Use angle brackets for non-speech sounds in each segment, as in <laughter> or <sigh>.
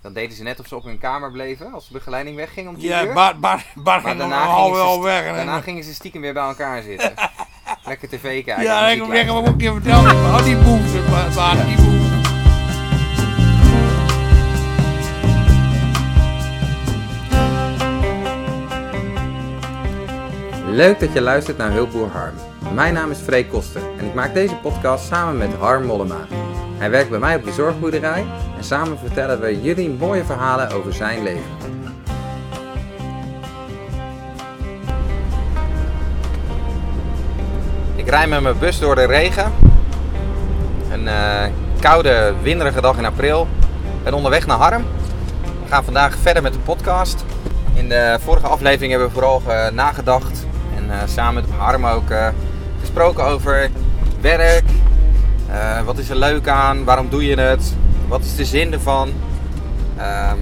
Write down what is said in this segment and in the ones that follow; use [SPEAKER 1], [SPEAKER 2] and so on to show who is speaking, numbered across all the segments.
[SPEAKER 1] Dan deden ze net of ze op hun kamer bleven als de begeleiding wegging om tien
[SPEAKER 2] Ja,
[SPEAKER 1] uur.
[SPEAKER 2] Bart, Bart, Bart
[SPEAKER 1] maar
[SPEAKER 2] ging nog een
[SPEAKER 1] daarna,
[SPEAKER 2] half
[SPEAKER 1] gingen
[SPEAKER 2] uur
[SPEAKER 1] ze,
[SPEAKER 2] weg.
[SPEAKER 1] st-
[SPEAKER 2] en-
[SPEAKER 1] daarna gingen ze stiekem weer bij elkaar
[SPEAKER 2] <laughs>
[SPEAKER 1] zitten. Lekker tv kijken.
[SPEAKER 2] ja,
[SPEAKER 1] muziek
[SPEAKER 2] ik wil
[SPEAKER 1] luisteren.
[SPEAKER 2] zeggen, wat moet ik je vertellen?
[SPEAKER 1] <laughs>
[SPEAKER 2] Oh, die boeven, Bart, Bart, die boeven.
[SPEAKER 1] Leuk dat je luistert naar Hulpboer Harm. Mijn naam is Freek Koster en ik maak deze podcast samen met Harm Mollema. Hij werkt bij mij op de zorgboerderij en samen vertellen we jullie mooie verhalen over zijn leven. Ik rijd met mijn bus door de regen. Een eh, koude, winderige dag in april. Ik ben onderweg naar Harm. We gaan vandaag verder met de podcast. In de vorige aflevering hebben we vooral eh, nagedacht en eh, samen met Harm ook eh, gesproken over werk. Eh, wat is er leuk aan? Waarom doe je het? Wat is de zin ervan? Ehm,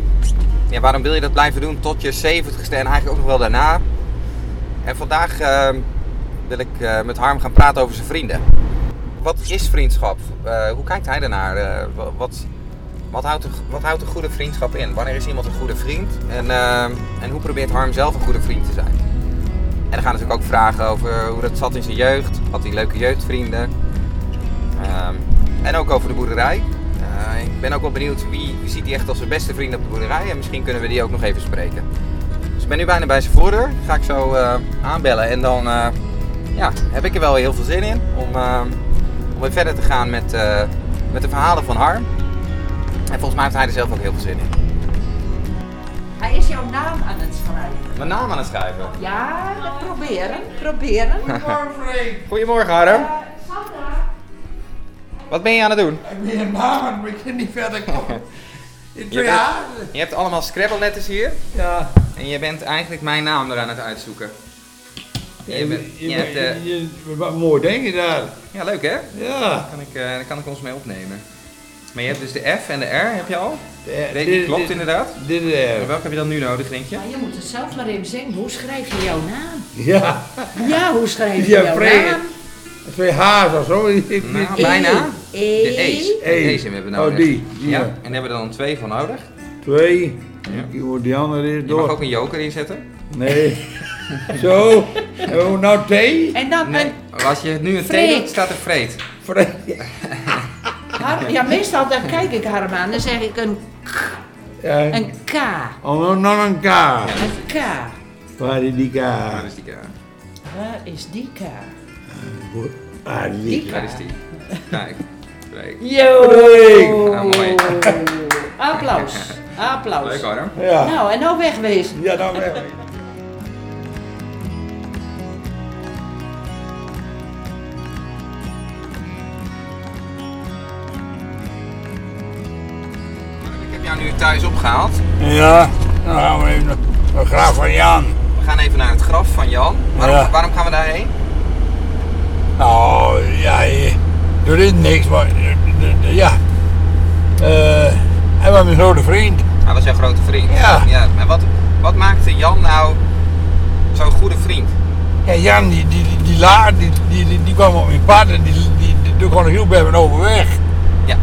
[SPEAKER 1] ja, waarom wil je dat blijven doen tot je 70ste en eigenlijk ook nog wel daarna? En vandaag ehm, wil ik eh, met Harm gaan praten over zijn vrienden. Wat is vriendschap? Eh, hoe kijkt hij daarnaar? Eh, wa- wat, wat houdt, een, wat houdt een goede vriendschap in? Wanneer is iemand een goede vriend? En, ehm, en hoe probeert Harm zelf een goede vriend te zijn? En dan gaan natuurlijk ook vragen over hoe dat zat in zijn jeugd. Had hij leuke jeugdvrienden? Ehm, en ook over de boerderij. Eh, ik ben ook wel benieuwd wie, wie ziet hij echt als zijn beste vriend op de boerderij. En misschien kunnen we die ook nog even spreken. Dus ik ben nu bijna bij zijn voordeur. Ga ik zo eh, aanbellen. En dan eh, ja, heb ik er wel heel veel zin in om, ehm, om weer verder te gaan met, eh, met de verhalen van Harm. En volgens mij heeft hij er zelf ook heel veel zin in.
[SPEAKER 3] Hij is jouw naam aan het schrijven.
[SPEAKER 1] Mijn naam aan het schrijven.
[SPEAKER 3] Ja, dat proberen, proberen.
[SPEAKER 1] Goedemorgen Harm.
[SPEAKER 3] Sandra,
[SPEAKER 1] Wat ben je aan het doen?
[SPEAKER 2] Ik ben een namen, maar ik kan niet verder
[SPEAKER 1] <laughs>
[SPEAKER 2] komen. Ik
[SPEAKER 1] Je,
[SPEAKER 2] ben- Ja,
[SPEAKER 1] bent- je hebt allemaal scrabble letters hier.
[SPEAKER 2] ja.
[SPEAKER 1] En je bent eigenlijk mijn naam eraan het uitzoeken. Je bent, je hebt, eh,
[SPEAKER 2] je- wat een mooi ding je daar.
[SPEAKER 1] ja, leuk hè?
[SPEAKER 2] Ja.
[SPEAKER 1] Kan ik, eh, daar kan ik ons mee opnemen. Maar je hebt dus de F en de R, heb je al?
[SPEAKER 2] Eh,
[SPEAKER 1] Nee,
[SPEAKER 2] dit-
[SPEAKER 1] die klopt
[SPEAKER 2] dit-
[SPEAKER 1] inderdaad.
[SPEAKER 2] Dit is
[SPEAKER 1] En
[SPEAKER 2] er.
[SPEAKER 1] welke heb je dan nu nodig, denk je?
[SPEAKER 3] maar je moet het zelf maar even zeggen. Hoe schrijf je jouw naam?
[SPEAKER 2] Ja.
[SPEAKER 3] Ja, hoe schrijf je
[SPEAKER 2] Ja,
[SPEAKER 3] jouw
[SPEAKER 2] Freek.
[SPEAKER 3] naam?
[SPEAKER 2] Twee haas of zo.
[SPEAKER 1] Nou, bijna.
[SPEAKER 3] E.
[SPEAKER 1] De E's.
[SPEAKER 2] E's.
[SPEAKER 1] Deze hebben we nodig.
[SPEAKER 2] Oh, die. Die,
[SPEAKER 1] Ja,
[SPEAKER 2] ja.
[SPEAKER 1] en daar hebben we er dan twee van nodig.
[SPEAKER 2] Twee.
[SPEAKER 1] Ja.
[SPEAKER 2] Die wordt Die andere is
[SPEAKER 1] Je mag
[SPEAKER 2] door.
[SPEAKER 1] ook een joker inzetten. <laughs>
[SPEAKER 2] Nee. Zo. Oh, nou thee.
[SPEAKER 3] En dan
[SPEAKER 1] Nee,
[SPEAKER 3] een
[SPEAKER 1] als je nu een T
[SPEAKER 3] Freek.
[SPEAKER 1] doet, staat er vreed.
[SPEAKER 4] Ah.
[SPEAKER 2] Fre-
[SPEAKER 3] har- Ja, meestal dan kijk ik haar aan. Dan zeg ik een,
[SPEAKER 2] Ja.
[SPEAKER 3] een K.
[SPEAKER 2] Oh, nog een kaart.
[SPEAKER 3] Een K.
[SPEAKER 2] Waar is die
[SPEAKER 1] Ja, dat
[SPEAKER 2] kaart?
[SPEAKER 1] is die. eh, ja.
[SPEAKER 3] Waar is die K?
[SPEAKER 2] Waar is die
[SPEAKER 3] Die
[SPEAKER 1] Ja, dat is die. Kijk, Freek.
[SPEAKER 3] Yo!
[SPEAKER 2] Freek.
[SPEAKER 1] Ja, mooi.
[SPEAKER 3] Applaus. Applaus.
[SPEAKER 1] Leuk Harm.
[SPEAKER 2] Ja.
[SPEAKER 3] Nou, en nou wegwezen.
[SPEAKER 2] Ja, dan wel.
[SPEAKER 1] Ik heb jou nu thuis opgehaald.
[SPEAKER 4] Ja, dan gaan we even naar de graaf van Jan.
[SPEAKER 1] We gaan even naar het graf van Jan. Waarom,
[SPEAKER 4] Ja.
[SPEAKER 1] waarom gaan we daarheen?
[SPEAKER 4] Nou, ja, je- er is niks, maar eh, eh, ja. Eh, hij was mijn grote vriend.
[SPEAKER 1] Nou, dat is jouw grote vriend.
[SPEAKER 4] Ja.
[SPEAKER 1] Maar wat, wat maakte Jan nou zo'n goede vriend?
[SPEAKER 4] Ja, Jan, die, die, die, die laar, die, die, die, die kwam op mijn pad en die, die, die, die kon ik heel bij me overweg.
[SPEAKER 1] Ja.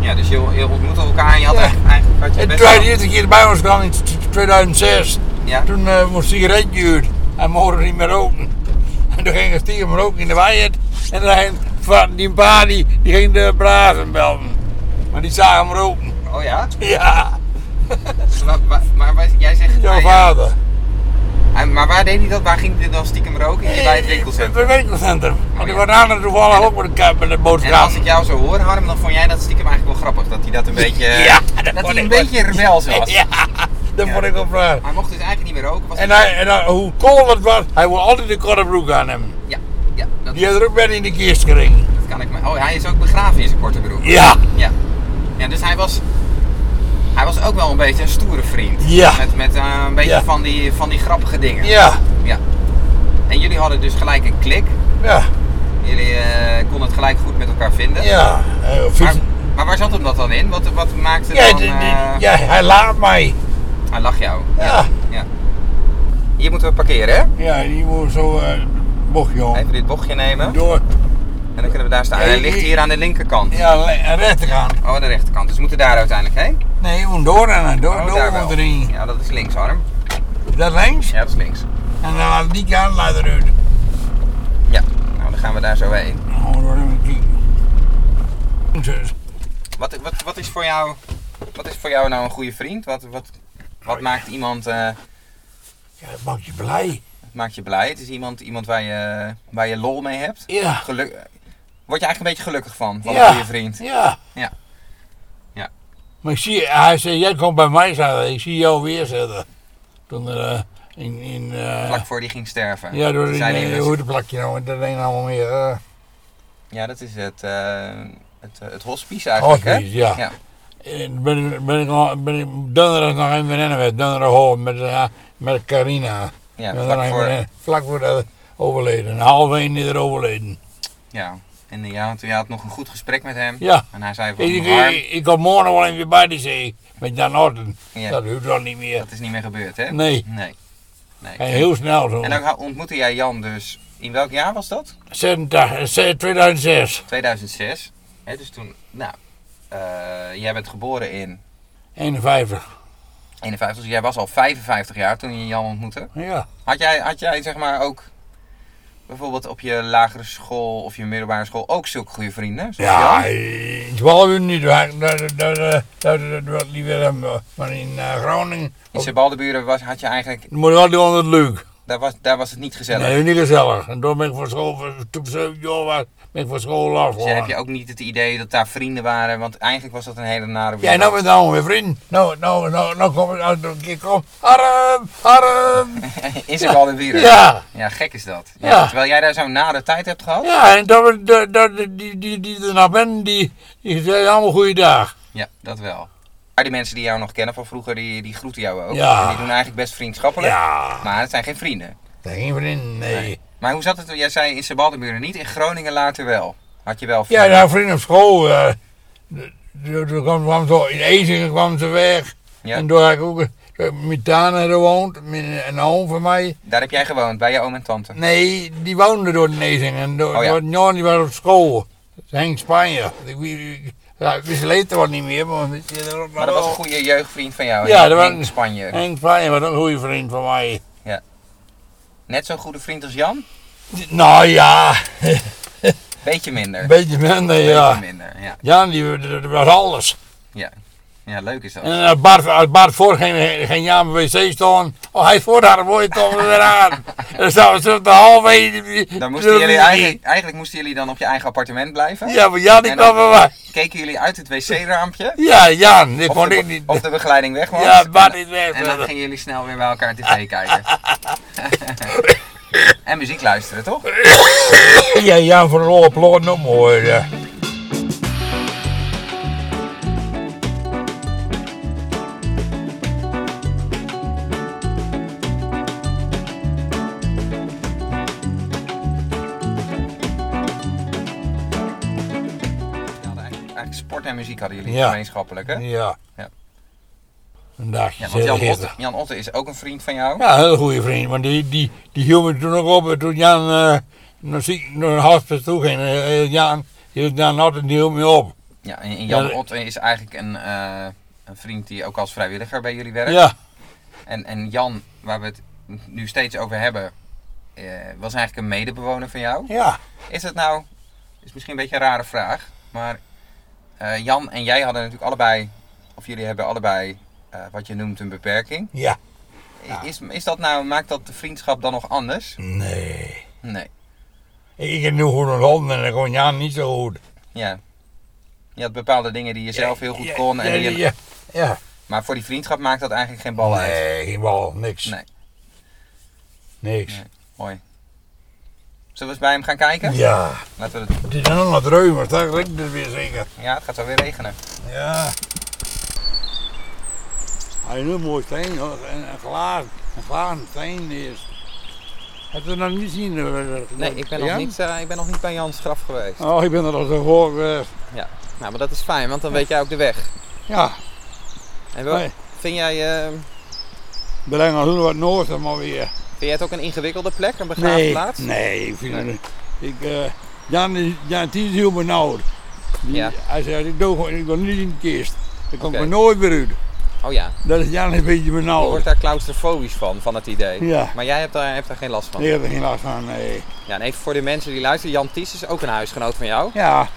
[SPEAKER 1] Ja, dus je, je ontmoette elkaar en je had
[SPEAKER 4] Ja.
[SPEAKER 1] eigenlijk, eigenlijk had je
[SPEAKER 4] En
[SPEAKER 1] best
[SPEAKER 4] toen hij
[SPEAKER 1] wel-
[SPEAKER 4] de eerste keer bij ons kwam in t- t- 2006,
[SPEAKER 1] Ja.
[SPEAKER 4] toen eh, moest hij sigaretje uit. Hij mocht er niet meer roken. En toen ging hij stiekem roken in de weiert. En dan ging van die pa die, die ging de brazen belden. Maar die zagen hem roken. <laughs>
[SPEAKER 1] Oh ja?
[SPEAKER 4] Ja,
[SPEAKER 1] Wa- wa- maar wa- jij zegt...
[SPEAKER 4] jouw
[SPEAKER 1] hij-
[SPEAKER 4] vader.
[SPEAKER 1] hij- maar waar deed hij dat? Waar ging hij dan stiekem roken? Hier bij het winkelcentrum. Oh,
[SPEAKER 4] Bij het winkelcentrum.
[SPEAKER 1] ja.
[SPEAKER 4] En die waren anderen toevallig ook met de, ka- met de
[SPEAKER 1] En
[SPEAKER 4] boodschap.
[SPEAKER 1] als ik jou zo hoor, Harm, dan vond jij dat stiekem eigenlijk wel grappig. Dat hij dat een beetje...
[SPEAKER 4] <laughs> Ja, dat
[SPEAKER 1] dat
[SPEAKER 4] vond
[SPEAKER 1] hij een
[SPEAKER 4] ik wel.
[SPEAKER 1] beetje rebels was.
[SPEAKER 4] <laughs> Ja, dat vond ik wel raar.
[SPEAKER 1] Hij mocht dus eigenlijk niet meer roken. Was
[SPEAKER 4] En, hij, en hij- hoe kool het was, hij wil altijd de korte broek aan hem.
[SPEAKER 1] Ja, ja dat,
[SPEAKER 4] Die had er ook bij in de kist gering.
[SPEAKER 1] dat kan ik me... Oh, hij is ook begraven in zijn korte broek.
[SPEAKER 4] Ja,
[SPEAKER 1] Ja. Ja, dus hij was... Hij was ook wel een beetje een stoere vriend.
[SPEAKER 4] Ja.
[SPEAKER 1] Met, met eh, een beetje
[SPEAKER 4] Ja.
[SPEAKER 1] van, die, van die grappige dingen.
[SPEAKER 4] ja,
[SPEAKER 1] Ja. En jullie hadden dus gelijk een klik.
[SPEAKER 4] ja,
[SPEAKER 1] Jullie eh, konden het gelijk goed met elkaar vinden.
[SPEAKER 4] ja. Eh, fiets-
[SPEAKER 1] Maar, maar waar zat hem dat dan in? Wat, wat maakte
[SPEAKER 4] ja,
[SPEAKER 1] dan...
[SPEAKER 4] die- die-
[SPEAKER 1] eh,
[SPEAKER 4] ja, hij laat mij.
[SPEAKER 1] Hij lag jou.
[SPEAKER 4] Ja,
[SPEAKER 1] Ja. Hier moeten we parkeren, hè?
[SPEAKER 4] ja die moet zo eh bochtje om.
[SPEAKER 1] Even dit bochtje nemen.
[SPEAKER 4] Door.
[SPEAKER 1] En dan kunnen we daar staan. En hij ligt hier aan de linkerkant.
[SPEAKER 4] Ja, le- aan de rechterkant.
[SPEAKER 1] Oh, aan de rechterkant. Dus we moeten daar uiteindelijk heen.
[SPEAKER 4] Nee, gewoon door en dan door,
[SPEAKER 1] Oh,
[SPEAKER 4] door
[SPEAKER 1] daar wel.
[SPEAKER 4] moet erin.
[SPEAKER 1] Ja, dat is links, Harm.
[SPEAKER 4] Dat links
[SPEAKER 1] Ja, dat is links.
[SPEAKER 4] en dan laat die kant laten eruit.
[SPEAKER 1] Ja. Nou, dan gaan we daar zo heen.
[SPEAKER 4] Oh, door even kijken. Zus.
[SPEAKER 1] Wat, wat, wat, is voor jou, wat is voor jou nou een goede vriend? Wat, wat, wat maakt iemand... eh,
[SPEAKER 4] Ja, dat maakt je blij.
[SPEAKER 1] Het maakt je blij. Het is iemand, iemand waar, je, waar je lol mee hebt.
[SPEAKER 4] Ja.
[SPEAKER 1] Geluk, word je eigenlijk een beetje gelukkig van, van
[SPEAKER 4] ja.
[SPEAKER 1] een goede vriend.
[SPEAKER 4] Ja.
[SPEAKER 1] Ja. Ja.
[SPEAKER 4] Maar ik zie, hij zei, jij komt bij mij zitten, ik zie jou weer zitten. Toen er eh, in, in eh,
[SPEAKER 1] Vlak voor die ging sterven.
[SPEAKER 4] ja, door
[SPEAKER 1] Toen
[SPEAKER 4] die
[SPEAKER 1] zei hij
[SPEAKER 4] eh,
[SPEAKER 1] dus-
[SPEAKER 4] hoedenplakje nou, dat een allemaal meer. eh,
[SPEAKER 1] Ja, dat is het, eh, het, eh, het hospice eigenlijk,
[SPEAKER 4] Hospice,
[SPEAKER 1] hè?
[SPEAKER 4] ja. En ben, ik- ben ik al- ben ik donderdag nog in Venenwet, donderdag hoor, met, eh, met Carina.
[SPEAKER 1] Ja,
[SPEAKER 4] Ben er nog
[SPEAKER 1] vlak
[SPEAKER 4] in
[SPEAKER 1] voor...
[SPEAKER 4] Venenwet, vlak voor de overleden, half één is er overleden.
[SPEAKER 1] Ja. En eh, ja, toen je had nog een goed gesprek met hem.
[SPEAKER 4] Ja.
[SPEAKER 1] En hij zei van,
[SPEAKER 4] Ik,
[SPEAKER 1] Harm,
[SPEAKER 4] ik, ik kom morgen wel even bij die zee, met Jan Orten.
[SPEAKER 1] Ja.
[SPEAKER 4] Dat hoeft dan niet meer.
[SPEAKER 1] dat is niet meer gebeurd, hè?
[SPEAKER 4] Nee.
[SPEAKER 1] Nee. Nee.
[SPEAKER 4] En heel snel zo.
[SPEAKER 1] En dan ha- ontmoette jij Jan dus... In welk jaar was dat?
[SPEAKER 4] 86, eh, 2006.
[SPEAKER 1] 2006. Hè, dus toen... Nou, eh, jij bent geboren in
[SPEAKER 4] 51.
[SPEAKER 1] 51, dus jij was al 55 jaar toen je Jan ontmoette.
[SPEAKER 4] Ja.
[SPEAKER 1] Had jij, had jij zeg maar ook bijvoorbeeld op je lagere school of je middelbare school ook zulke goede vrienden? zoals
[SPEAKER 4] Ja,
[SPEAKER 1] Jan?
[SPEAKER 4] in 12 uur niet. Dat, dat, dat, dat, dat wordt liever hem. Maar in eh, Groningen
[SPEAKER 1] In Sebaldeburen was, had je eigenlijk,
[SPEAKER 4] moet wel doen het leuk.
[SPEAKER 1] daar was, daar was het niet gezellig.
[SPEAKER 4] Nee, niet gezellig. En toen ben ik van school, toen ik zeven jaar was, ben ik van school af.
[SPEAKER 1] Dus dan heb je ook niet het idee dat daar vrienden waren, want eigenlijk was dat een hele nare
[SPEAKER 4] Ja,
[SPEAKER 1] wereld.
[SPEAKER 4] nou ben ik nou weer vriend. Nou, nou, nou, nou kom ik uit een keer kom. Harm, harm.
[SPEAKER 1] <laughs> In Sebaldeburen.
[SPEAKER 4] Ja.
[SPEAKER 1] Ja, gek is dat. Ja,
[SPEAKER 4] Ja.
[SPEAKER 1] Terwijl jij daar zo'n nare tijd hebt gehad.
[SPEAKER 4] Ja, en dat, dat, dat, die, die, die er nou ben, die, die zeiden allemaal goeiedag.
[SPEAKER 1] Ja, dat wel. Maar die mensen die jou nog kennen van vroeger, die, die groeten jou ook.
[SPEAKER 4] Ja.
[SPEAKER 1] En Die doen eigenlijk best vriendschappelijk,
[SPEAKER 4] Ja,
[SPEAKER 1] maar het zijn geen vrienden.
[SPEAKER 4] dat geen vriend, nee.
[SPEAKER 1] Maar hoe zat het? Jij zei in Sebaldeburen niet, in Groningen later wel. Had je wel
[SPEAKER 4] Ja,
[SPEAKER 1] vrienden?
[SPEAKER 4] nou, vrienden op school. eh, de- de- Toen kwam, kwam ze, in Ezingen kwam ze weg.
[SPEAKER 1] Ja.
[SPEAKER 4] En toen heb ik ook eh, met Tana er woont, met een oom van mij.
[SPEAKER 1] Daar heb jij gewoond, bij je oom en tante.
[SPEAKER 4] Nee, die woonde door in Ezingen. En door,
[SPEAKER 1] Oh, ja.
[SPEAKER 4] door Jan, die was op school. Henk Spanje. Ik, wie- ik- ja, ik wist later wat niet meer, maar,
[SPEAKER 1] Maar dat was een goede jeugdvriend van jou.
[SPEAKER 4] Ja,
[SPEAKER 1] Henk-
[SPEAKER 4] dat was-
[SPEAKER 1] Henk Spanje.
[SPEAKER 4] Henk Spanje was ook een goede vriend van mij.
[SPEAKER 1] Net zo'n goede vriend als Jan?
[SPEAKER 4] Nou ja,
[SPEAKER 1] Beetje minder.
[SPEAKER 4] een beetje minder,
[SPEAKER 1] Beetje
[SPEAKER 4] ja.
[SPEAKER 1] minder, ja.
[SPEAKER 4] Jan, die dat was alles.
[SPEAKER 1] ja. Ja, leuk is dat.
[SPEAKER 4] En als Bart, als Bart voor ging, ging Jan op de wc staan. Oh, hij is voor haar mooie toch weer aan. En dan zouden ze de halve één.
[SPEAKER 1] Dan moesten jullie eigenlijk, eigenlijk moesten jullie dan op je eigen appartement blijven.
[SPEAKER 4] Ja, maar Jan, die
[SPEAKER 1] En dan-
[SPEAKER 4] kwam bij mij.
[SPEAKER 1] Keken jullie uit het wc-raampje.
[SPEAKER 4] Ja, Jan, die
[SPEAKER 1] Of
[SPEAKER 4] kon ik
[SPEAKER 1] de,
[SPEAKER 4] niet.
[SPEAKER 1] of de begeleiding weg was.
[SPEAKER 4] Ja, Bart
[SPEAKER 1] En-
[SPEAKER 4] is weg.
[SPEAKER 1] En dan gingen jullie snel weer bij elkaar tv
[SPEAKER 4] <laughs>
[SPEAKER 1] kijken. <laughs> en muziek luisteren, toch?
[SPEAKER 4] Ja, Jan van Loop, Loop, nog mooi. eh. ja.
[SPEAKER 1] Ja, eigenlijk, eigenlijk sport en muziek hadden jullie
[SPEAKER 4] Ja.
[SPEAKER 1] gemeenschappelijk, hè?
[SPEAKER 4] Ja.
[SPEAKER 1] Ja.
[SPEAKER 4] Een dagje.
[SPEAKER 1] Ja, want Jan
[SPEAKER 4] zitten.
[SPEAKER 1] Otte, Jan Otte is ook een vriend van jou.
[SPEAKER 4] Ja, een hele goede vriend, want die, die, die hield me toen ook op. Toen Jan eh, naar, ziek, naar een hospice toe ging, eh, eh, Jan, die, Jan had, die hield me op.
[SPEAKER 1] Ja, en en
[SPEAKER 4] Ja,
[SPEAKER 1] Jan
[SPEAKER 4] dat-
[SPEAKER 1] Otte is eigenlijk een, eh, een vriend die ook als vrijwilliger bij jullie werkt.
[SPEAKER 4] Ja,
[SPEAKER 1] En, en Jan, waar we het nu steeds over hebben, eh, was eigenlijk een medebewoner van jou.
[SPEAKER 4] ja.
[SPEAKER 1] Is het nou, is misschien een beetje een rare vraag, maar eh, Jan en jij hadden natuurlijk allebei, of jullie hebben allebei eh, wat je noemt een beperking.
[SPEAKER 4] Ja.
[SPEAKER 1] Is, is dat nou, maakt dat de vriendschap dan nog anders?
[SPEAKER 4] Nee.
[SPEAKER 1] Nee.
[SPEAKER 4] Ik ik heb nu goed onthouden en dan kon Jan niet zo goed.
[SPEAKER 1] Ja. Je had bepaalde dingen die je zelf heel goed kon. En
[SPEAKER 4] ja,
[SPEAKER 1] die je-
[SPEAKER 4] ja, ja.
[SPEAKER 1] Maar voor die vriendschap maakt dat eigenlijk geen bal uit.
[SPEAKER 4] Nee, geen bal, niks.
[SPEAKER 1] Nee.
[SPEAKER 4] Niks.
[SPEAKER 1] Nee. Zullen we eens bij hem gaan kijken?
[SPEAKER 4] Ja.
[SPEAKER 1] Laten we het...
[SPEAKER 4] Het is nog aan het reumen, dat klinkt het weer zeker.
[SPEAKER 1] Ja, het gaat zo weer regenen.
[SPEAKER 4] Ja. Hij is een mooi steen, hoor. En een glaas, een glazen steen is. Heb je dat nog niet eh, zien?
[SPEAKER 1] Nee, ik ben, nog niet, eh, ik ben nog niet bij Jans graf geweest.
[SPEAKER 4] Oh, ik ben er al zo eh, voor. geweest.
[SPEAKER 1] Nou, maar dat is fijn, want dan weet jij ook de weg.
[SPEAKER 4] ja,
[SPEAKER 1] En wel,
[SPEAKER 4] Nee.
[SPEAKER 1] vind, jij, eh,
[SPEAKER 4] we leggen al heel wat noorden maar weer.
[SPEAKER 1] vind jij het ook een ingewikkelde plek, een
[SPEAKER 4] Nee,
[SPEAKER 1] begraafplaats?
[SPEAKER 4] nee, ik vind het niet. Ik, eh, Dan is, dan die is heel benauwd. Die-
[SPEAKER 1] Ja.
[SPEAKER 4] Hij zegt, ik, doe, gewoon- ik wil niet in de kist. Dan kom ik
[SPEAKER 1] Oké.
[SPEAKER 4] er nooit weer uit.
[SPEAKER 1] Oh ja,
[SPEAKER 4] Dat is Jan een beetje
[SPEAKER 1] je
[SPEAKER 4] benauwd.
[SPEAKER 1] wordt daar claustrofobisch van, van het idee.
[SPEAKER 4] Oh. Ja.
[SPEAKER 1] Maar jij hebt daar, hebt daar geen last van.
[SPEAKER 4] Ik heb er geen last van, nee.
[SPEAKER 1] Ja, en even voor de mensen die luisteren. Jan Ties is ook een huisgenoot van jou.
[SPEAKER 4] Ja,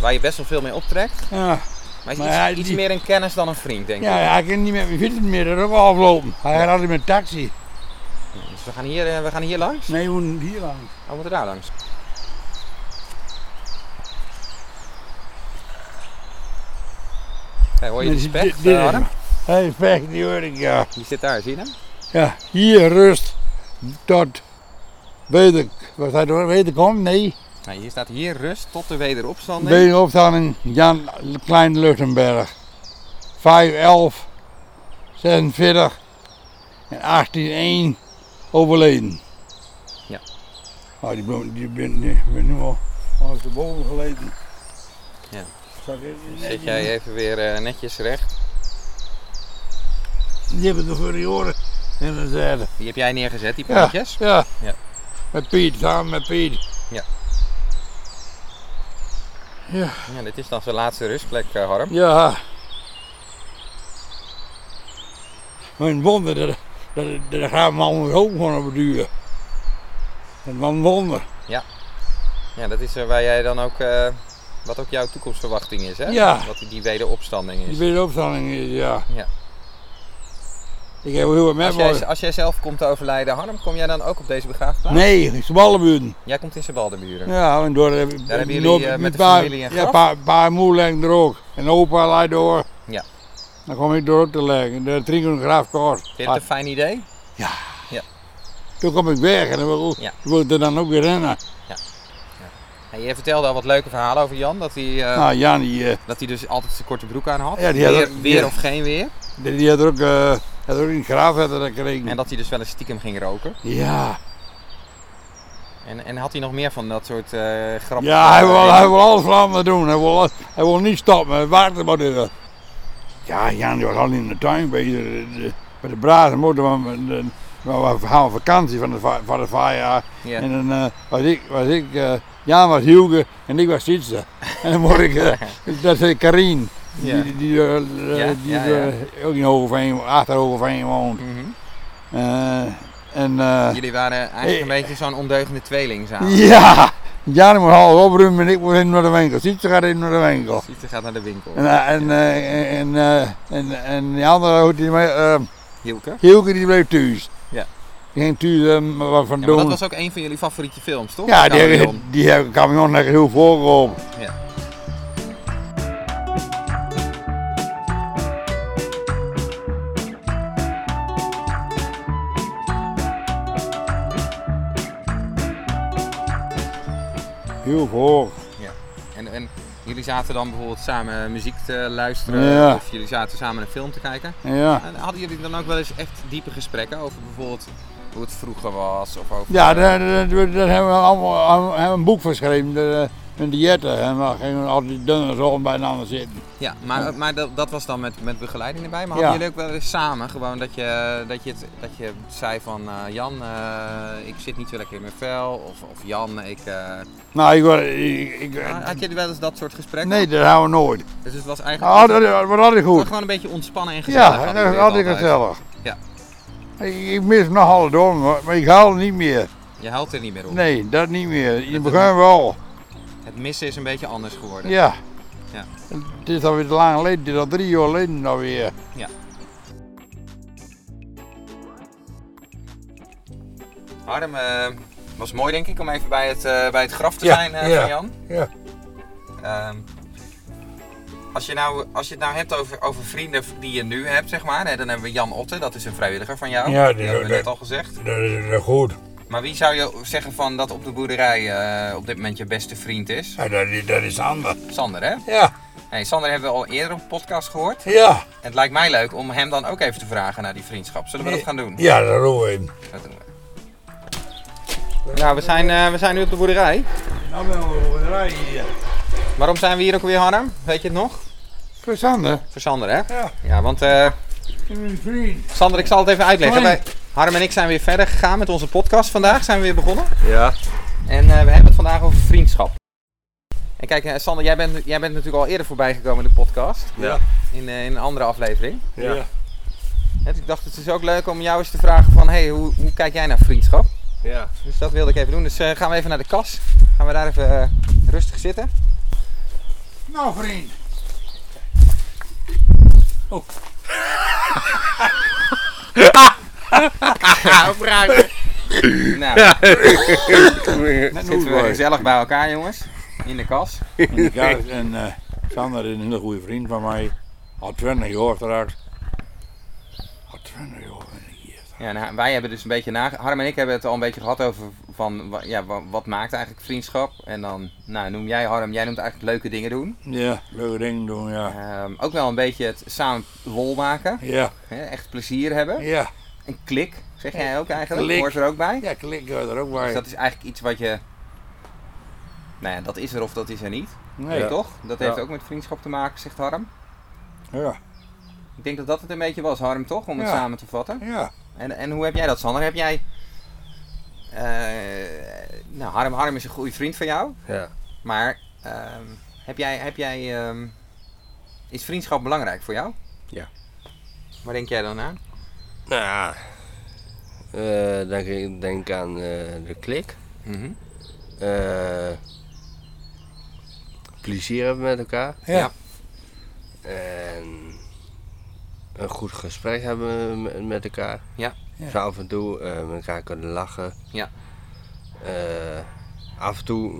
[SPEAKER 1] Waar je best wel veel mee optrekt.
[SPEAKER 4] ja.
[SPEAKER 1] Maar hij is
[SPEAKER 4] Maar
[SPEAKER 1] iets,
[SPEAKER 4] hij-
[SPEAKER 1] iets
[SPEAKER 4] die-
[SPEAKER 1] meer een kennis dan een vriend, denk ik.
[SPEAKER 4] ja, hij kan niet met mijn fiets meer er ook aflopen. Hij gaat altijd met taxi.
[SPEAKER 1] Dus we gaan hier, eh, we gaan hier langs.
[SPEAKER 4] Nee, hoe hier lang?
[SPEAKER 1] Oh, we moeten daar langs. Kijk, hoor je
[SPEAKER 4] Nee,
[SPEAKER 1] die
[SPEAKER 4] dit-
[SPEAKER 1] specht,
[SPEAKER 4] dit- dit
[SPEAKER 1] eh,
[SPEAKER 4] is
[SPEAKER 1] Harm?
[SPEAKER 4] hem. Hij is weg, die hoor ik, ja.
[SPEAKER 1] Die zit daar, zie je hem?
[SPEAKER 4] Ja, hier rust tot weet ik, wat hij door weet ik om, nee,
[SPEAKER 1] Nou, hier staat hier rust tot de wederopstanding.
[SPEAKER 4] weet ik opstelling Jan Klein Luchtenberg. 5, 11, 46 en 18, 1 overleden.
[SPEAKER 1] Ja.
[SPEAKER 4] Oh, die ben die ben, die ben nu al langs de boven geleden.
[SPEAKER 1] Ja.
[SPEAKER 4] Zal ik even-
[SPEAKER 1] Dan Zit jij even weer eh, netjes recht.
[SPEAKER 4] Die hebben de furioren in de zijde.
[SPEAKER 1] Die heb jij neergezet, die
[SPEAKER 4] Ja,
[SPEAKER 1] plantjes.
[SPEAKER 4] ja.
[SPEAKER 1] Ja.
[SPEAKER 4] Met Piet, samen met Piet.
[SPEAKER 1] Ja. dit is dan zijn laatste rustplek, eh, Harm.
[SPEAKER 4] Ja. Mijn wonder, dat, dat, dat gaan we allemaal ook gewoon op duur. Dat was een wonder.
[SPEAKER 1] Ja, dat is eh, waar jij dan ook, eh, wat ook jouw toekomstverwachting is, hè?
[SPEAKER 4] Ja.
[SPEAKER 1] Dat die- die wederopstanding
[SPEAKER 4] Die
[SPEAKER 1] is.
[SPEAKER 4] wederopstanding is, ja.
[SPEAKER 1] Ja.
[SPEAKER 4] Ik heb heel wat met
[SPEAKER 1] Als jij,
[SPEAKER 4] me-
[SPEAKER 1] als jij zelf komt te overlijden, Harm, kom jij dan ook op deze begraafplaats?
[SPEAKER 4] Nee, Zwalenburen.
[SPEAKER 1] Jij komt in Sebaldeburen.
[SPEAKER 4] Ja, en door heb ik-
[SPEAKER 1] Daar hebben
[SPEAKER 4] ik
[SPEAKER 1] jullie,
[SPEAKER 4] nooit-
[SPEAKER 1] eh, met de
[SPEAKER 4] pa-
[SPEAKER 1] familie een
[SPEAKER 4] Ja,
[SPEAKER 1] graf?
[SPEAKER 4] pa, pa en moe leggen er ook. En opa leidt door.
[SPEAKER 1] Ja.
[SPEAKER 4] Dan kom ik door ook te leggen. Daar drink ik een grafkort.
[SPEAKER 1] Vind je het een fijn idee?
[SPEAKER 4] Toen kom ik weg en dan wil,
[SPEAKER 1] Ja.
[SPEAKER 4] wil ik er dan ook weer rennen.
[SPEAKER 1] En je vertelde al wat leuke verhalen over Jan. Dat hij, eh,
[SPEAKER 4] Nou, Jan die... eh,
[SPEAKER 1] dat hij dus altijd zijn korte broek aan had.
[SPEAKER 4] Ja, die had
[SPEAKER 1] weer
[SPEAKER 4] ook-
[SPEAKER 1] weer
[SPEAKER 4] ja.
[SPEAKER 1] of geen weer.
[SPEAKER 4] Die, die had er ook, eh had er ook een graaf uit dat kreeg.
[SPEAKER 1] En dat hij dus wel eens stiekem ging roken.
[SPEAKER 4] Ja,
[SPEAKER 1] En, en had hij nog meer van dat soort eh grappen?
[SPEAKER 4] ja hij, wil, hij wil alles laten doen. Hij wil, hij wil niet stoppen. Hij waart er maar door. Ja, Jan die was al in de tuin bezig. De- de- Met de brazen moeder van de, van van vakantie van de, va- van de vaarjaar.
[SPEAKER 1] Ja.
[SPEAKER 4] En dan eh, was ik, was ik eh, Jan was Hugo en ik was Sietse. En dan word ik,
[SPEAKER 1] <laughs>
[SPEAKER 4] eh, dat is Karin. Die,
[SPEAKER 1] Ja.
[SPEAKER 4] die, die, eh, eh,
[SPEAKER 1] Ja,
[SPEAKER 4] die
[SPEAKER 1] ja,
[SPEAKER 4] eh, ook in Hoogeveen, achter Hoogeveen woont.
[SPEAKER 1] Mhm.
[SPEAKER 4] Eh, en, eh,
[SPEAKER 1] Jullie waren eigenlijk een beetje zo'n ondeugende tweeling samen.
[SPEAKER 4] Ja, Jan moet half opruimen en ik moet in naar de winkel. Sietse gaat in naar de winkel.
[SPEAKER 1] Sietse gaat naar de winkel.
[SPEAKER 4] En, eh, en, eh, en, eh, en, en die andere, hoe die, eh,
[SPEAKER 1] Hielke.
[SPEAKER 4] Hielke, die bleef thuis.
[SPEAKER 1] Ja.
[SPEAKER 4] Die ging thuis eh, wat van
[SPEAKER 1] Ja, maar
[SPEAKER 4] doen.
[SPEAKER 1] dat was ook een van jullie favoriete films, toch?
[SPEAKER 4] ja, die, heb-
[SPEAKER 1] Chameleon.
[SPEAKER 4] die heb ik camion lekker heel voorgelopen.
[SPEAKER 1] Ja.
[SPEAKER 4] Heel voor.
[SPEAKER 1] En, en jullie zaten dan bijvoorbeeld samen muziek te luisteren.
[SPEAKER 4] Ja.
[SPEAKER 1] Of jullie zaten samen een film te kijken.
[SPEAKER 4] Ja.
[SPEAKER 1] En hadden jullie dan ook wel eens echt diepe gesprekken over bijvoorbeeld hoe het vroeger was? Of over...
[SPEAKER 4] Ja, daar, daar, daar- daar hebben we allemaal allemaal- hebben we een boek geschreven. Daar, eh, Een dieet. En dan gingen we altijd dunner zo bijna zitten.
[SPEAKER 1] Ja, maar, maar dat, dat was dan met, met begeleiding erbij. Maar
[SPEAKER 4] Ja.
[SPEAKER 1] hadden jullie ook wel eens samen gewoon dat je, dat je, het, dat je zei van eh, Jan, eh, ik zit niet zo lekker in mijn vel. Of, of Jan, ik... eh,
[SPEAKER 4] Nou, ik, word- ik, ik-
[SPEAKER 1] had jullie wel eens dat soort gesprekken?
[SPEAKER 4] Nee, dat houden we nooit.
[SPEAKER 1] Dus het was eigenlijk
[SPEAKER 4] Ah, dat wordt altijd
[SPEAKER 1] het
[SPEAKER 4] goed.
[SPEAKER 1] was gewoon een beetje ontspannen en gezellig.
[SPEAKER 4] Ja,
[SPEAKER 1] hadden
[SPEAKER 4] dat
[SPEAKER 1] jullie
[SPEAKER 4] is
[SPEAKER 1] het
[SPEAKER 4] altijd gezellig.
[SPEAKER 1] Ja.
[SPEAKER 4] Ik, ik mis nogal het om, maar ik haal het niet meer.
[SPEAKER 1] Je houdt er niet meer op.
[SPEAKER 4] Nee, dat niet meer. In het
[SPEAKER 1] Dat-
[SPEAKER 4] begin wel.
[SPEAKER 1] Het missen is een beetje anders geworden.
[SPEAKER 4] Ja.
[SPEAKER 1] Ja.
[SPEAKER 4] Het is alweer te lang geleden, het is al drie jaar geleden alweer.
[SPEAKER 1] Harm, eh, was mooi denk ik om even bij het, eh, bij het graf te
[SPEAKER 4] Ja,
[SPEAKER 1] zijn eh,
[SPEAKER 4] ja.
[SPEAKER 1] van Jan.
[SPEAKER 4] Ja.
[SPEAKER 1] Ehm, als, je nou, als je het nou hebt over, over vrienden die je nu hebt, zeg maar. Hè, dan hebben we Jan Otte, dat is een vrijwilliger van jou.
[SPEAKER 4] Ja, die-
[SPEAKER 1] die hebben we
[SPEAKER 4] die-
[SPEAKER 1] net al gezegd.
[SPEAKER 4] Dat is goed.
[SPEAKER 1] Maar wie zou je zeggen van dat op de boerderij eh, op dit moment je beste vriend is?
[SPEAKER 4] dat, is, dat is handig.
[SPEAKER 1] Sander, hè?
[SPEAKER 4] Ja,
[SPEAKER 1] Hey, Sander hebben we al eerder op een podcast gehoord.
[SPEAKER 4] ja.
[SPEAKER 1] Het lijkt mij leuk om hem dan ook even te vragen naar die vriendschap. Zullen we dat gaan doen?
[SPEAKER 4] Ja, dat doen we.
[SPEAKER 1] Dat doen we. Nou, we zijn, eh, we zijn nu op de boerderij.
[SPEAKER 4] Nou, ben we op rijden hier.
[SPEAKER 1] Waarom zijn we hier ook weer, Harm? Weet je het nog?
[SPEAKER 4] Verstandig?
[SPEAKER 1] Voor Sander, hè?
[SPEAKER 4] Ja.
[SPEAKER 1] Ja, want eh,
[SPEAKER 4] Mijn vriend.
[SPEAKER 1] Sander, ik zal het even uitleggen.
[SPEAKER 4] Hoi.
[SPEAKER 1] Wij, Harm en ik zijn weer verder gegaan met onze podcast. Vandaag zijn we weer begonnen.
[SPEAKER 4] Ja.
[SPEAKER 1] En eh, we hebben het vandaag over vriendschap. En kijk, eh, Sander, jij bent, jij bent natuurlijk al eerder voorbij gekomen in de podcast.
[SPEAKER 5] Ja.
[SPEAKER 1] In, eh, in een andere aflevering.
[SPEAKER 5] Ja. ja.
[SPEAKER 1] Hè, dus ik dacht, het is ook leuk om jou eens te vragen van, hey, hoe, hoe kijk jij naar vriendschap? Dus dat wilde ik even doen. Dus eh, gaan we even naar de kas. Gaan we daar even eh, rustig zitten.
[SPEAKER 4] Nou vriend.
[SPEAKER 1] Nou,
[SPEAKER 4] Net een
[SPEAKER 1] zitten we
[SPEAKER 4] hoedboy.
[SPEAKER 1] gezellig bij elkaar, jongens. In de kas.
[SPEAKER 4] Inderdaad, en eh Sander is een hele goede vriend van mij. Al 20 jaar straks. Al 20 jaar ben ik hier.
[SPEAKER 1] Ja, nou, wij hebben dus een beetje na. Harm en ik hebben het al een beetje gehad over van, wa- ja, wa- wat maakt eigenlijk vriendschap? En dan, nou, noem jij Harm, jij noemt eigenlijk leuke dingen doen.
[SPEAKER 4] Ja, leuke dingen doen, ja.
[SPEAKER 1] Ehm, ook wel een beetje het samen lol maken.
[SPEAKER 4] Ja,
[SPEAKER 1] Hè, echt plezier hebben.
[SPEAKER 4] ja.
[SPEAKER 1] Een klik, zeg jij ook eigenlijk.
[SPEAKER 4] Klik.
[SPEAKER 1] Hoort er ook bij.
[SPEAKER 4] Ja, klikken we er ook bij.
[SPEAKER 1] Dus dat is eigenlijk iets wat je. Nou ja, dat is er of dat is er niet.
[SPEAKER 4] nee,
[SPEAKER 1] Nee,
[SPEAKER 4] ja.
[SPEAKER 1] toch? Dat
[SPEAKER 5] Ja.
[SPEAKER 1] heeft ook met vriendschap te maken, zegt Harm.
[SPEAKER 4] Ja,
[SPEAKER 1] Ik denk dat dat het een beetje was, Harm, toch? Om het
[SPEAKER 4] Ja.
[SPEAKER 1] samen te vatten.
[SPEAKER 4] ja.
[SPEAKER 1] En, en hoe heb jij dat, Sander? Heb jij... eh, nou, Harm, Harm is een goede vriend van jou.
[SPEAKER 5] Ja.
[SPEAKER 1] Maar ehm, heb jij... Heb jij ehm, is vriendschap belangrijk voor jou?
[SPEAKER 5] Ja.
[SPEAKER 1] Waar denk jij dan aan?
[SPEAKER 5] Nou ja. Eh, denk, ik denk aan eh, de klik. Eh, plezier hebben met elkaar.
[SPEAKER 1] Ja.
[SPEAKER 5] En een goed gesprek hebben met- met elkaar.
[SPEAKER 1] Ja.
[SPEAKER 4] Ja.
[SPEAKER 5] Zo af en toe eh, met elkaar kunnen lachen.
[SPEAKER 1] Ja.
[SPEAKER 5] Eh, af en toe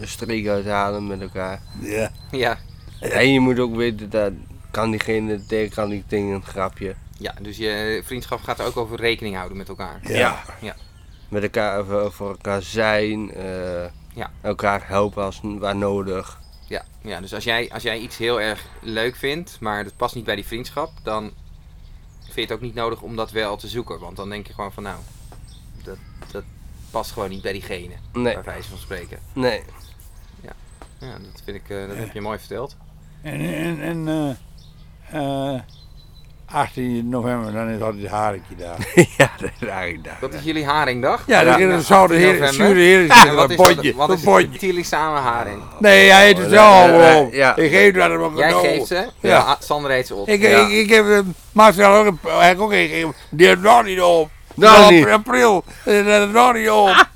[SPEAKER 5] een streek uithalen met elkaar.
[SPEAKER 4] Ja.
[SPEAKER 1] Ja.
[SPEAKER 5] En je moet ook weten dat kan diegene het tegen, kan die tegen een grapje.
[SPEAKER 1] Ja, dus je vriendschap gaat er ook over rekening houden met elkaar.
[SPEAKER 4] Ja.
[SPEAKER 1] Ja.
[SPEAKER 5] Met elkaar over, voor elkaar zijn. eh,
[SPEAKER 1] Ja.
[SPEAKER 5] Elkaar helpen als waar nodig.
[SPEAKER 1] Ja, ja dus als jij, als jij iets heel erg leuk vindt, maar dat past niet bij die vriendschap, dan vind je het ook niet nodig om dat wel te zoeken. Want dan denk je gewoon van nou, dat, dat past gewoon niet bij diegene,
[SPEAKER 5] Nee,
[SPEAKER 1] bij wijze van spreken.
[SPEAKER 5] nee.
[SPEAKER 1] Ja, dat vind ik, eh, dat heb je mooi verteld.
[SPEAKER 4] En, en, en eh, eh, 18 november, dan is altijd het haringje daar.
[SPEAKER 5] <laughs> ja, dat is eigenlijk daar.
[SPEAKER 1] Dat is jullie haringdag?
[SPEAKER 4] Ja, dat is
[SPEAKER 1] nou,
[SPEAKER 4] een zoute heer, een zure heer,
[SPEAKER 1] En
[SPEAKER 4] een
[SPEAKER 1] wat is dat?
[SPEAKER 4] potje,
[SPEAKER 1] Wat
[SPEAKER 4] een
[SPEAKER 1] is het?
[SPEAKER 4] potje.
[SPEAKER 1] Tilly samen haring?
[SPEAKER 4] Nee, hij eet het
[SPEAKER 5] Oh,
[SPEAKER 4] zelf
[SPEAKER 5] ja, ja,
[SPEAKER 4] op.
[SPEAKER 5] ja.
[SPEAKER 4] Ik geef dat hem een
[SPEAKER 1] Jij
[SPEAKER 4] cadeau.
[SPEAKER 1] geeft ze,
[SPEAKER 4] Ja.
[SPEAKER 1] ja. Sander heet ze op.
[SPEAKER 4] Ik,
[SPEAKER 5] Ja.
[SPEAKER 4] ik, ik heb eh, Marcel ook, een- heb ik ook een, die heeft nog niet op.
[SPEAKER 5] Nog
[SPEAKER 4] Nog
[SPEAKER 5] niet.
[SPEAKER 4] april, eh, dat is nog niet op.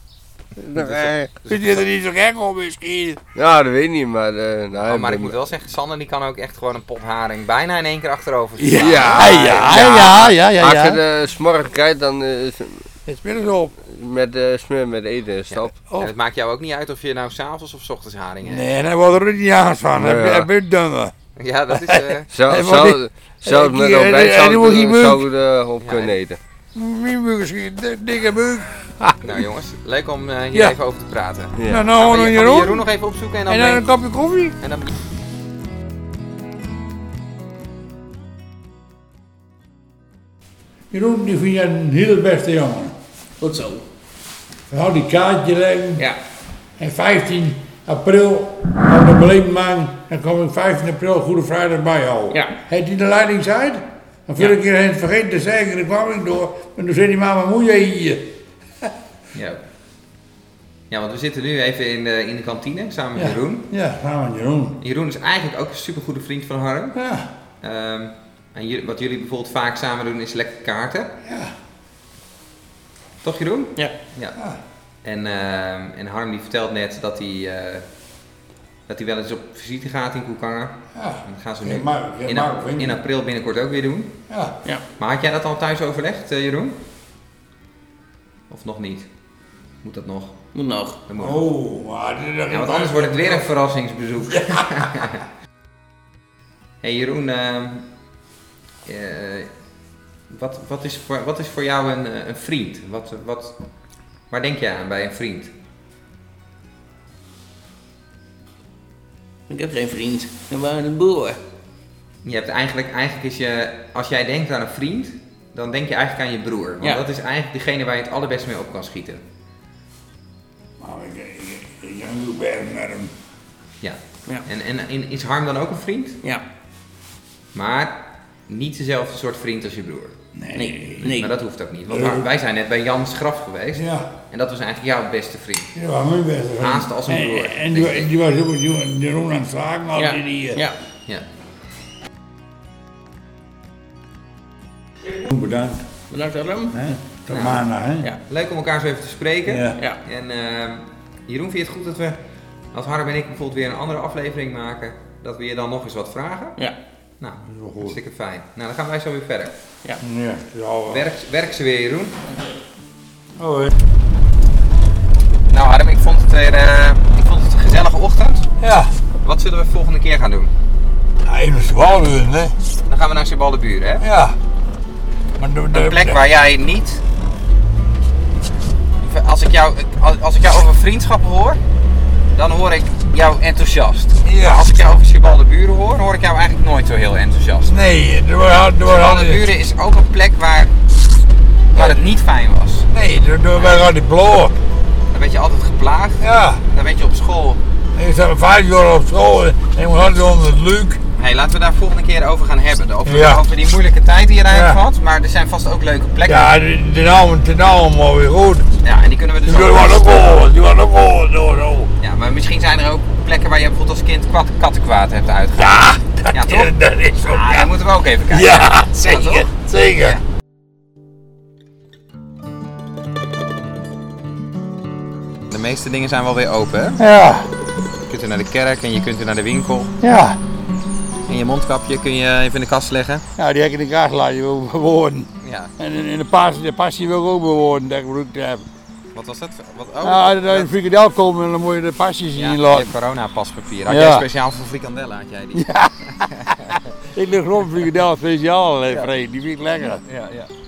[SPEAKER 4] Nee, Vind je er niet zo gek op misschien?
[SPEAKER 5] Ja, dat weet ik niet, maar... eh, nou,
[SPEAKER 1] Oh, maar ik moet wel zeggen, Sander die kan ook echt gewoon een pot haring bijna in één keer achterover slaan.
[SPEAKER 5] Ja,
[SPEAKER 4] Ah, ja, ja, ja, ja.
[SPEAKER 5] Als je
[SPEAKER 4] ja.
[SPEAKER 5] de smorgen kijkt, dan eh, is
[SPEAKER 4] Het speel eens op.
[SPEAKER 5] met eh smeren met eten stop.
[SPEAKER 1] En het maakt jou ook niet uit of je nou s'avonds of s ochtends haring hebt.
[SPEAKER 4] Oh. Nee, daar wordt er niet aan van.
[SPEAKER 5] Nee, ja.
[SPEAKER 4] Dat ben je dummer.
[SPEAKER 1] Ja, dat is...
[SPEAKER 4] <laughs>
[SPEAKER 1] eh,
[SPEAKER 5] Zo,
[SPEAKER 4] Hij wordt
[SPEAKER 5] zo, zelfs
[SPEAKER 4] eh,
[SPEAKER 5] met
[SPEAKER 4] die- eh,
[SPEAKER 5] ontbijt
[SPEAKER 4] die
[SPEAKER 5] zou
[SPEAKER 4] wordt
[SPEAKER 5] ik
[SPEAKER 4] niet
[SPEAKER 5] er- zou
[SPEAKER 4] buik.
[SPEAKER 5] ik er eh, op kunnen
[SPEAKER 1] nee.
[SPEAKER 5] eten.
[SPEAKER 4] Miebuuk is geen di- dikke buik.
[SPEAKER 1] Nou jongens, leuk om eh, hier
[SPEAKER 4] Ja.
[SPEAKER 1] even over te praten.
[SPEAKER 5] Ja.
[SPEAKER 4] Nou, nou,
[SPEAKER 1] Gaan we
[SPEAKER 4] gewoon
[SPEAKER 1] Jeroen?
[SPEAKER 4] Jeroen.
[SPEAKER 1] Jeroen nog even opzoeken en dan...
[SPEAKER 4] En eh, dan
[SPEAKER 1] breng-
[SPEAKER 4] een kopje koffie.
[SPEAKER 1] en dan...
[SPEAKER 4] Jeroen, die vind je een hele beste jongen.
[SPEAKER 2] Goed zo.
[SPEAKER 4] Hou die kaartje leggen.
[SPEAKER 1] Ja,
[SPEAKER 4] En 15 april, op de Blinkman, dan kom ik 15 april Goede Vrijdag bij jou.
[SPEAKER 1] Ja.
[SPEAKER 4] Heeft hij de leiding uit? Dan veel
[SPEAKER 1] Ja.
[SPEAKER 4] ik keer heeft vergeten te zeggen, dan kwam ik door. En toen zei die mama, moet jij hier?
[SPEAKER 1] ja. Ja, want we zitten nu even in de, in de kantine samen met Jeroen.
[SPEAKER 4] Ja, samen met Jeroen.
[SPEAKER 1] Jeroen is eigenlijk ook een supergoede vriend van Harm.
[SPEAKER 4] Ja,
[SPEAKER 1] Ehm, en jullie- wat jullie bijvoorbeeld vaak samen doen is lekker kaarten.
[SPEAKER 4] ja.
[SPEAKER 1] Toch Jeroen?
[SPEAKER 2] Ja.
[SPEAKER 1] Ja.
[SPEAKER 4] Ja.
[SPEAKER 1] En, ehm, en Harm die vertelt net dat hij, eh, dat hij wel eens op visite gaat in Koekanger.
[SPEAKER 4] Ja.
[SPEAKER 1] En dat gaan ze
[SPEAKER 4] Ja,
[SPEAKER 1] nu
[SPEAKER 4] maar- ja,
[SPEAKER 1] in,
[SPEAKER 4] maar-
[SPEAKER 1] in april binnenkort ook weer doen.
[SPEAKER 4] Ja.
[SPEAKER 2] Ja.
[SPEAKER 1] Maar had jij dat al thuis overlegd, eh, Jeroen? Of nog niet? Moet dat nog?
[SPEAKER 2] Moet nog.
[SPEAKER 1] Dat moet nog.
[SPEAKER 4] Oh, maar dit is
[SPEAKER 1] Ja, want anders wordt het weer een verrassingsbezoek. <laughs> hey Jeroen, ehm, eh, wat, wat, is voor, wat is voor jou een, eh, een vriend? Wat, wat, waar denk jij aan bij een vriend?
[SPEAKER 2] Ik heb geen vriend. We waren een boer.
[SPEAKER 1] Je hebt eigenlijk, eigenlijk is je, als jij denkt aan een vriend, dan denk je eigenlijk aan je broer. Want
[SPEAKER 2] Ja.
[SPEAKER 1] dat is eigenlijk degene waar je het allerbest mee op kan schieten.
[SPEAKER 4] Maar ik- ik- ik- ik ben heel berg met hem.
[SPEAKER 1] Ja.
[SPEAKER 2] Ja.
[SPEAKER 1] En, en, en is Harm dan ook een vriend?
[SPEAKER 2] Ja.
[SPEAKER 1] Maar niet dezelfde soort vriend als je broer.
[SPEAKER 4] Nee.
[SPEAKER 1] Maar dat hoeft ook niet. Want wij zijn net bij Jans graf geweest.
[SPEAKER 4] Ja.
[SPEAKER 1] En dat was eigenlijk jouw beste vriend.
[SPEAKER 4] Ja, was mijn beste vriend.
[SPEAKER 1] Haast als een
[SPEAKER 4] En-
[SPEAKER 1] broer.
[SPEAKER 4] En, die, die was ook die, die, die Roland aan het vragen, maar die, die eh,
[SPEAKER 1] ja. ja.
[SPEAKER 4] bedankt.
[SPEAKER 3] Bedankt Willem.
[SPEAKER 4] Hè? Tot maandag, hè?
[SPEAKER 3] Ja.
[SPEAKER 1] Leuk om elkaar zo even te spreken.
[SPEAKER 4] Ja.
[SPEAKER 3] Ja.
[SPEAKER 1] En ehm, Jeroen, vind je het goed dat we, als Harm en ik bijvoorbeeld weer een andere aflevering maken, dat we je dan nog eens wat vragen?
[SPEAKER 3] Ja.
[SPEAKER 1] Nou,
[SPEAKER 4] wel goed.
[SPEAKER 1] hartstikke fijn. Nou, dan gaan wij zo weer verder.
[SPEAKER 4] Ja, het is al wel.
[SPEAKER 1] Werk, werk ze weer, Jeroen.
[SPEAKER 4] Hoi.
[SPEAKER 1] Nou Harm, ik vond het weer eh, ik vond het een gezellige ochtend.
[SPEAKER 4] Ja,
[SPEAKER 1] Wat zullen we volgende keer gaan doen?
[SPEAKER 4] hij is geworden, hè?
[SPEAKER 1] Dan gaan we naar Sibaldeburen, hè?
[SPEAKER 4] Ja. Maar de, de,
[SPEAKER 1] Een plek waar jij niet... Als ik, jou, als ik jou over vriendschappen hoor, dan hoor ik jou enthousiast.
[SPEAKER 4] Ja.
[SPEAKER 1] Maar als ik jou over Sibaldeburen hoor, hoor ik jou eigenlijk nooit zo heel enthousiast.
[SPEAKER 4] Nee, er wordt door al
[SPEAKER 1] Sibaldeburen is ook een plek waar, waar het niet fijn was.
[SPEAKER 4] Nee, er wordt al die bloot.
[SPEAKER 1] Dan werd je altijd geplaagd.
[SPEAKER 4] Ja.
[SPEAKER 1] Dan werd je op school.
[SPEAKER 4] Ik zat vijf jaar op school en ik was altijd onder het luik.
[SPEAKER 1] Hey, laten we daar volgende keer over gaan hebben. Over,
[SPEAKER 4] Ja.
[SPEAKER 1] over die moeilijke tijd die je daar
[SPEAKER 4] Ja.
[SPEAKER 1] hebt gehad. Maar er zijn vast ook leuke plekken.
[SPEAKER 4] Ja, het is allemaal- het is allemaal weer goed.
[SPEAKER 1] Ja, en die kunnen we dus
[SPEAKER 4] Die wordt ook wel, die wordt ook wel door. door.
[SPEAKER 1] Ja, maar misschien zijn er ook plekken waar je bijvoorbeeld als kind kwad, kattenkwaad hebt uitgehaald.
[SPEAKER 4] Ja, dat,
[SPEAKER 1] Ja, toch?
[SPEAKER 4] is, dat is zo.
[SPEAKER 1] Ah, daar
[SPEAKER 4] Ja,
[SPEAKER 1] moeten we ook even kijken.
[SPEAKER 4] ja zeker,
[SPEAKER 1] toch?
[SPEAKER 4] zeker.
[SPEAKER 1] Ja. De meeste dingen zijn wel weer open, hè?
[SPEAKER 4] Ja,
[SPEAKER 1] Je kunt er naar de kerk en je kunt er naar de winkel.
[SPEAKER 4] ja.
[SPEAKER 1] En je mondkapje kun je even in de kast leggen.
[SPEAKER 4] Ja, die heb ik in de kaart laten be- beworden.
[SPEAKER 1] Ja,
[SPEAKER 4] En in in de passie, de passie wil ik ook beworden, dat ik gebruikt heb.
[SPEAKER 1] Oh. wat was dat? Wat, oh,
[SPEAKER 4] Ja, als je in een frikandel komt, dan moet je de passie
[SPEAKER 1] Ja,
[SPEAKER 4] zien
[SPEAKER 1] je
[SPEAKER 4] laten.
[SPEAKER 1] hebt corona-paspapier. Had
[SPEAKER 4] Ja.
[SPEAKER 1] jij speciaal voor frikandellen, had jij die?
[SPEAKER 4] Ik lig rond frikandel speciaal, eh, Freek, die vind ik lekker.
[SPEAKER 1] ja, ja.